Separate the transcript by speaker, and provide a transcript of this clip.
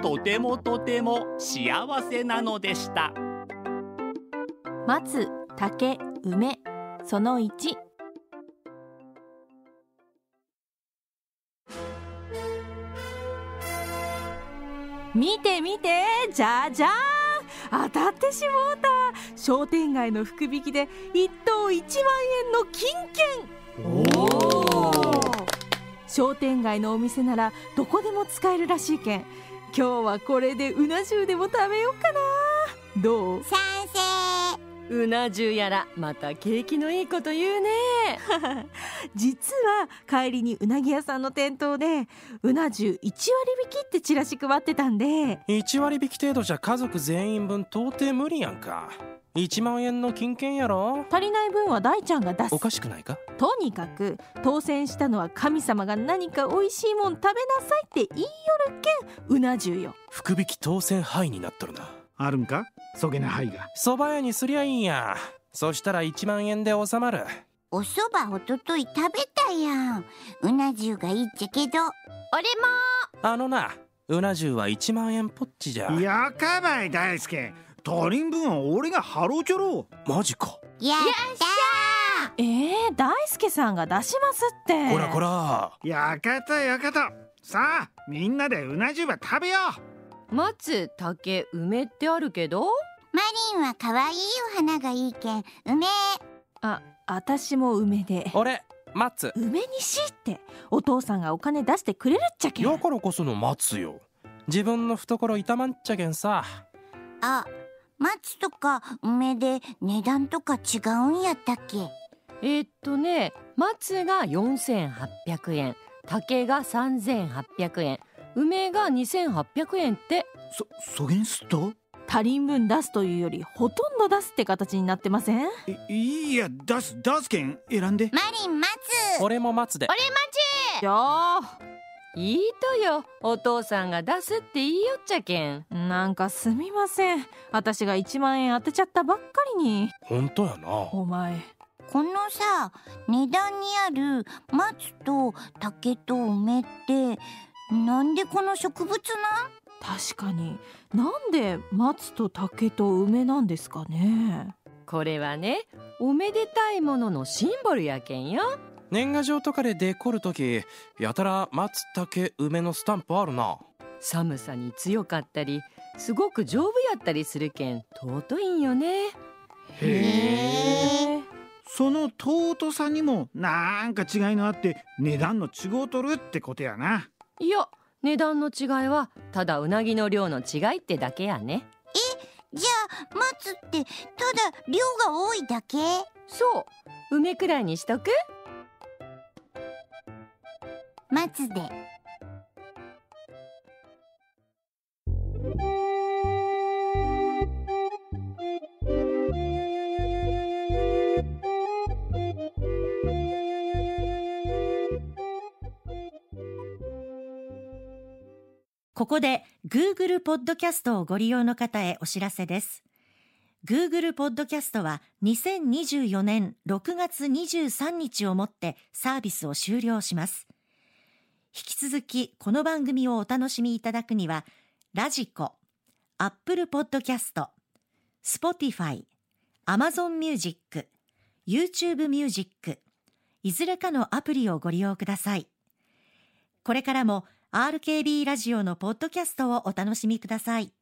Speaker 1: とてもとても幸せなのでした
Speaker 2: 松竹梅その1見て見てじゃじゃーん当たってしもうた商店街の福引きで一等1万円の金券商店街のお店ならどこでも使えるらしいけん今日はこれでうな重でも食べようかなどう
Speaker 3: 賛成
Speaker 4: うな重やらまた景気のいいこと言うね
Speaker 2: 実は帰りにうなぎ屋さんの店頭でうな重1割引きってチラシ配ってたんで
Speaker 5: 1割引き程度じゃ家族全員分到底無理やんか1万円の金券やろ
Speaker 2: 足りない分は大ちゃんが出す
Speaker 5: おかしくないか
Speaker 2: とにかく当選したのは神様が何か美味しいもん食べなさいって言いよるけんうな重よ
Speaker 5: 福引き当選範囲になっとるな
Speaker 6: あるんかそげな灰が
Speaker 5: 蕎麦屋にすりゃいいんやそしたら1万円で収まる
Speaker 3: お蕎麦おととい食べたやんうな重がいいっちゃけど
Speaker 7: 俺も
Speaker 5: あのなうな重は1万円ぽっちじゃ
Speaker 6: やかばい大輔他人分は俺がハロチョロ
Speaker 5: マジか
Speaker 3: やった
Speaker 2: えー、大輔さんが出しますって
Speaker 5: こらこら
Speaker 6: やかたやかたさあみんなでうな重ば食べよ
Speaker 4: 松竹梅ってあるけど
Speaker 3: マリンは可愛いお花がいいけん梅
Speaker 2: 私も梅で
Speaker 5: 俺松
Speaker 2: 梅にしいってお父さんがお金出してくれるっちゃけん
Speaker 5: よからこその松よ自分の懐痛まんちゃけんさ
Speaker 3: あ松とか梅で値段とか違うんやったっけ
Speaker 4: えっとね松が4800円竹が3800円梅が2800円って
Speaker 6: そそげんすっと
Speaker 2: 他人分出すというよりほとんど出すって形になってません
Speaker 6: いいや出す出すけん選んで
Speaker 3: マリン松
Speaker 5: 俺も松で
Speaker 7: 俺待
Speaker 2: じゃあ
Speaker 4: いいとよお父さんが出すって言いよっちゃけん
Speaker 2: なんかすみません私が1万円当てちゃったばっかりに
Speaker 5: 本当やな
Speaker 2: お前
Speaker 3: このさ値段にある松と竹と梅ってなんでこの植物なん
Speaker 2: 確かになんで松と竹と梅なんですかね
Speaker 4: これはねおめでたいもののシンボルやけんよ
Speaker 5: 年賀状とかでデコる時やたら松竹梅のスタンプあるな
Speaker 4: 寒さに強かったりすごく丈夫やったりするけん尊いんよね
Speaker 3: へ
Speaker 6: その尊さにもなんか違いのあって値段の違うとるってことやない
Speaker 4: や値段の違いはただうなぎの量の違いってだけやね
Speaker 3: じゃあ松ってただ量が多いだけ
Speaker 4: そう梅くらいにしとく
Speaker 3: 松で
Speaker 8: ここで Google ポッドキャストをご利用の方へお知らせです。Google ポッドキャストは2024年6月23日をもってサービスを終了します。引き続きこの番組をお楽しみいただくには、ラジコ、Apple ポッドキャスト、Spotify、Amazon Music、YouTube Music、いずれかのアプリをご利用ください。これからも RKB ラジオのポッドキャストをお楽しみください。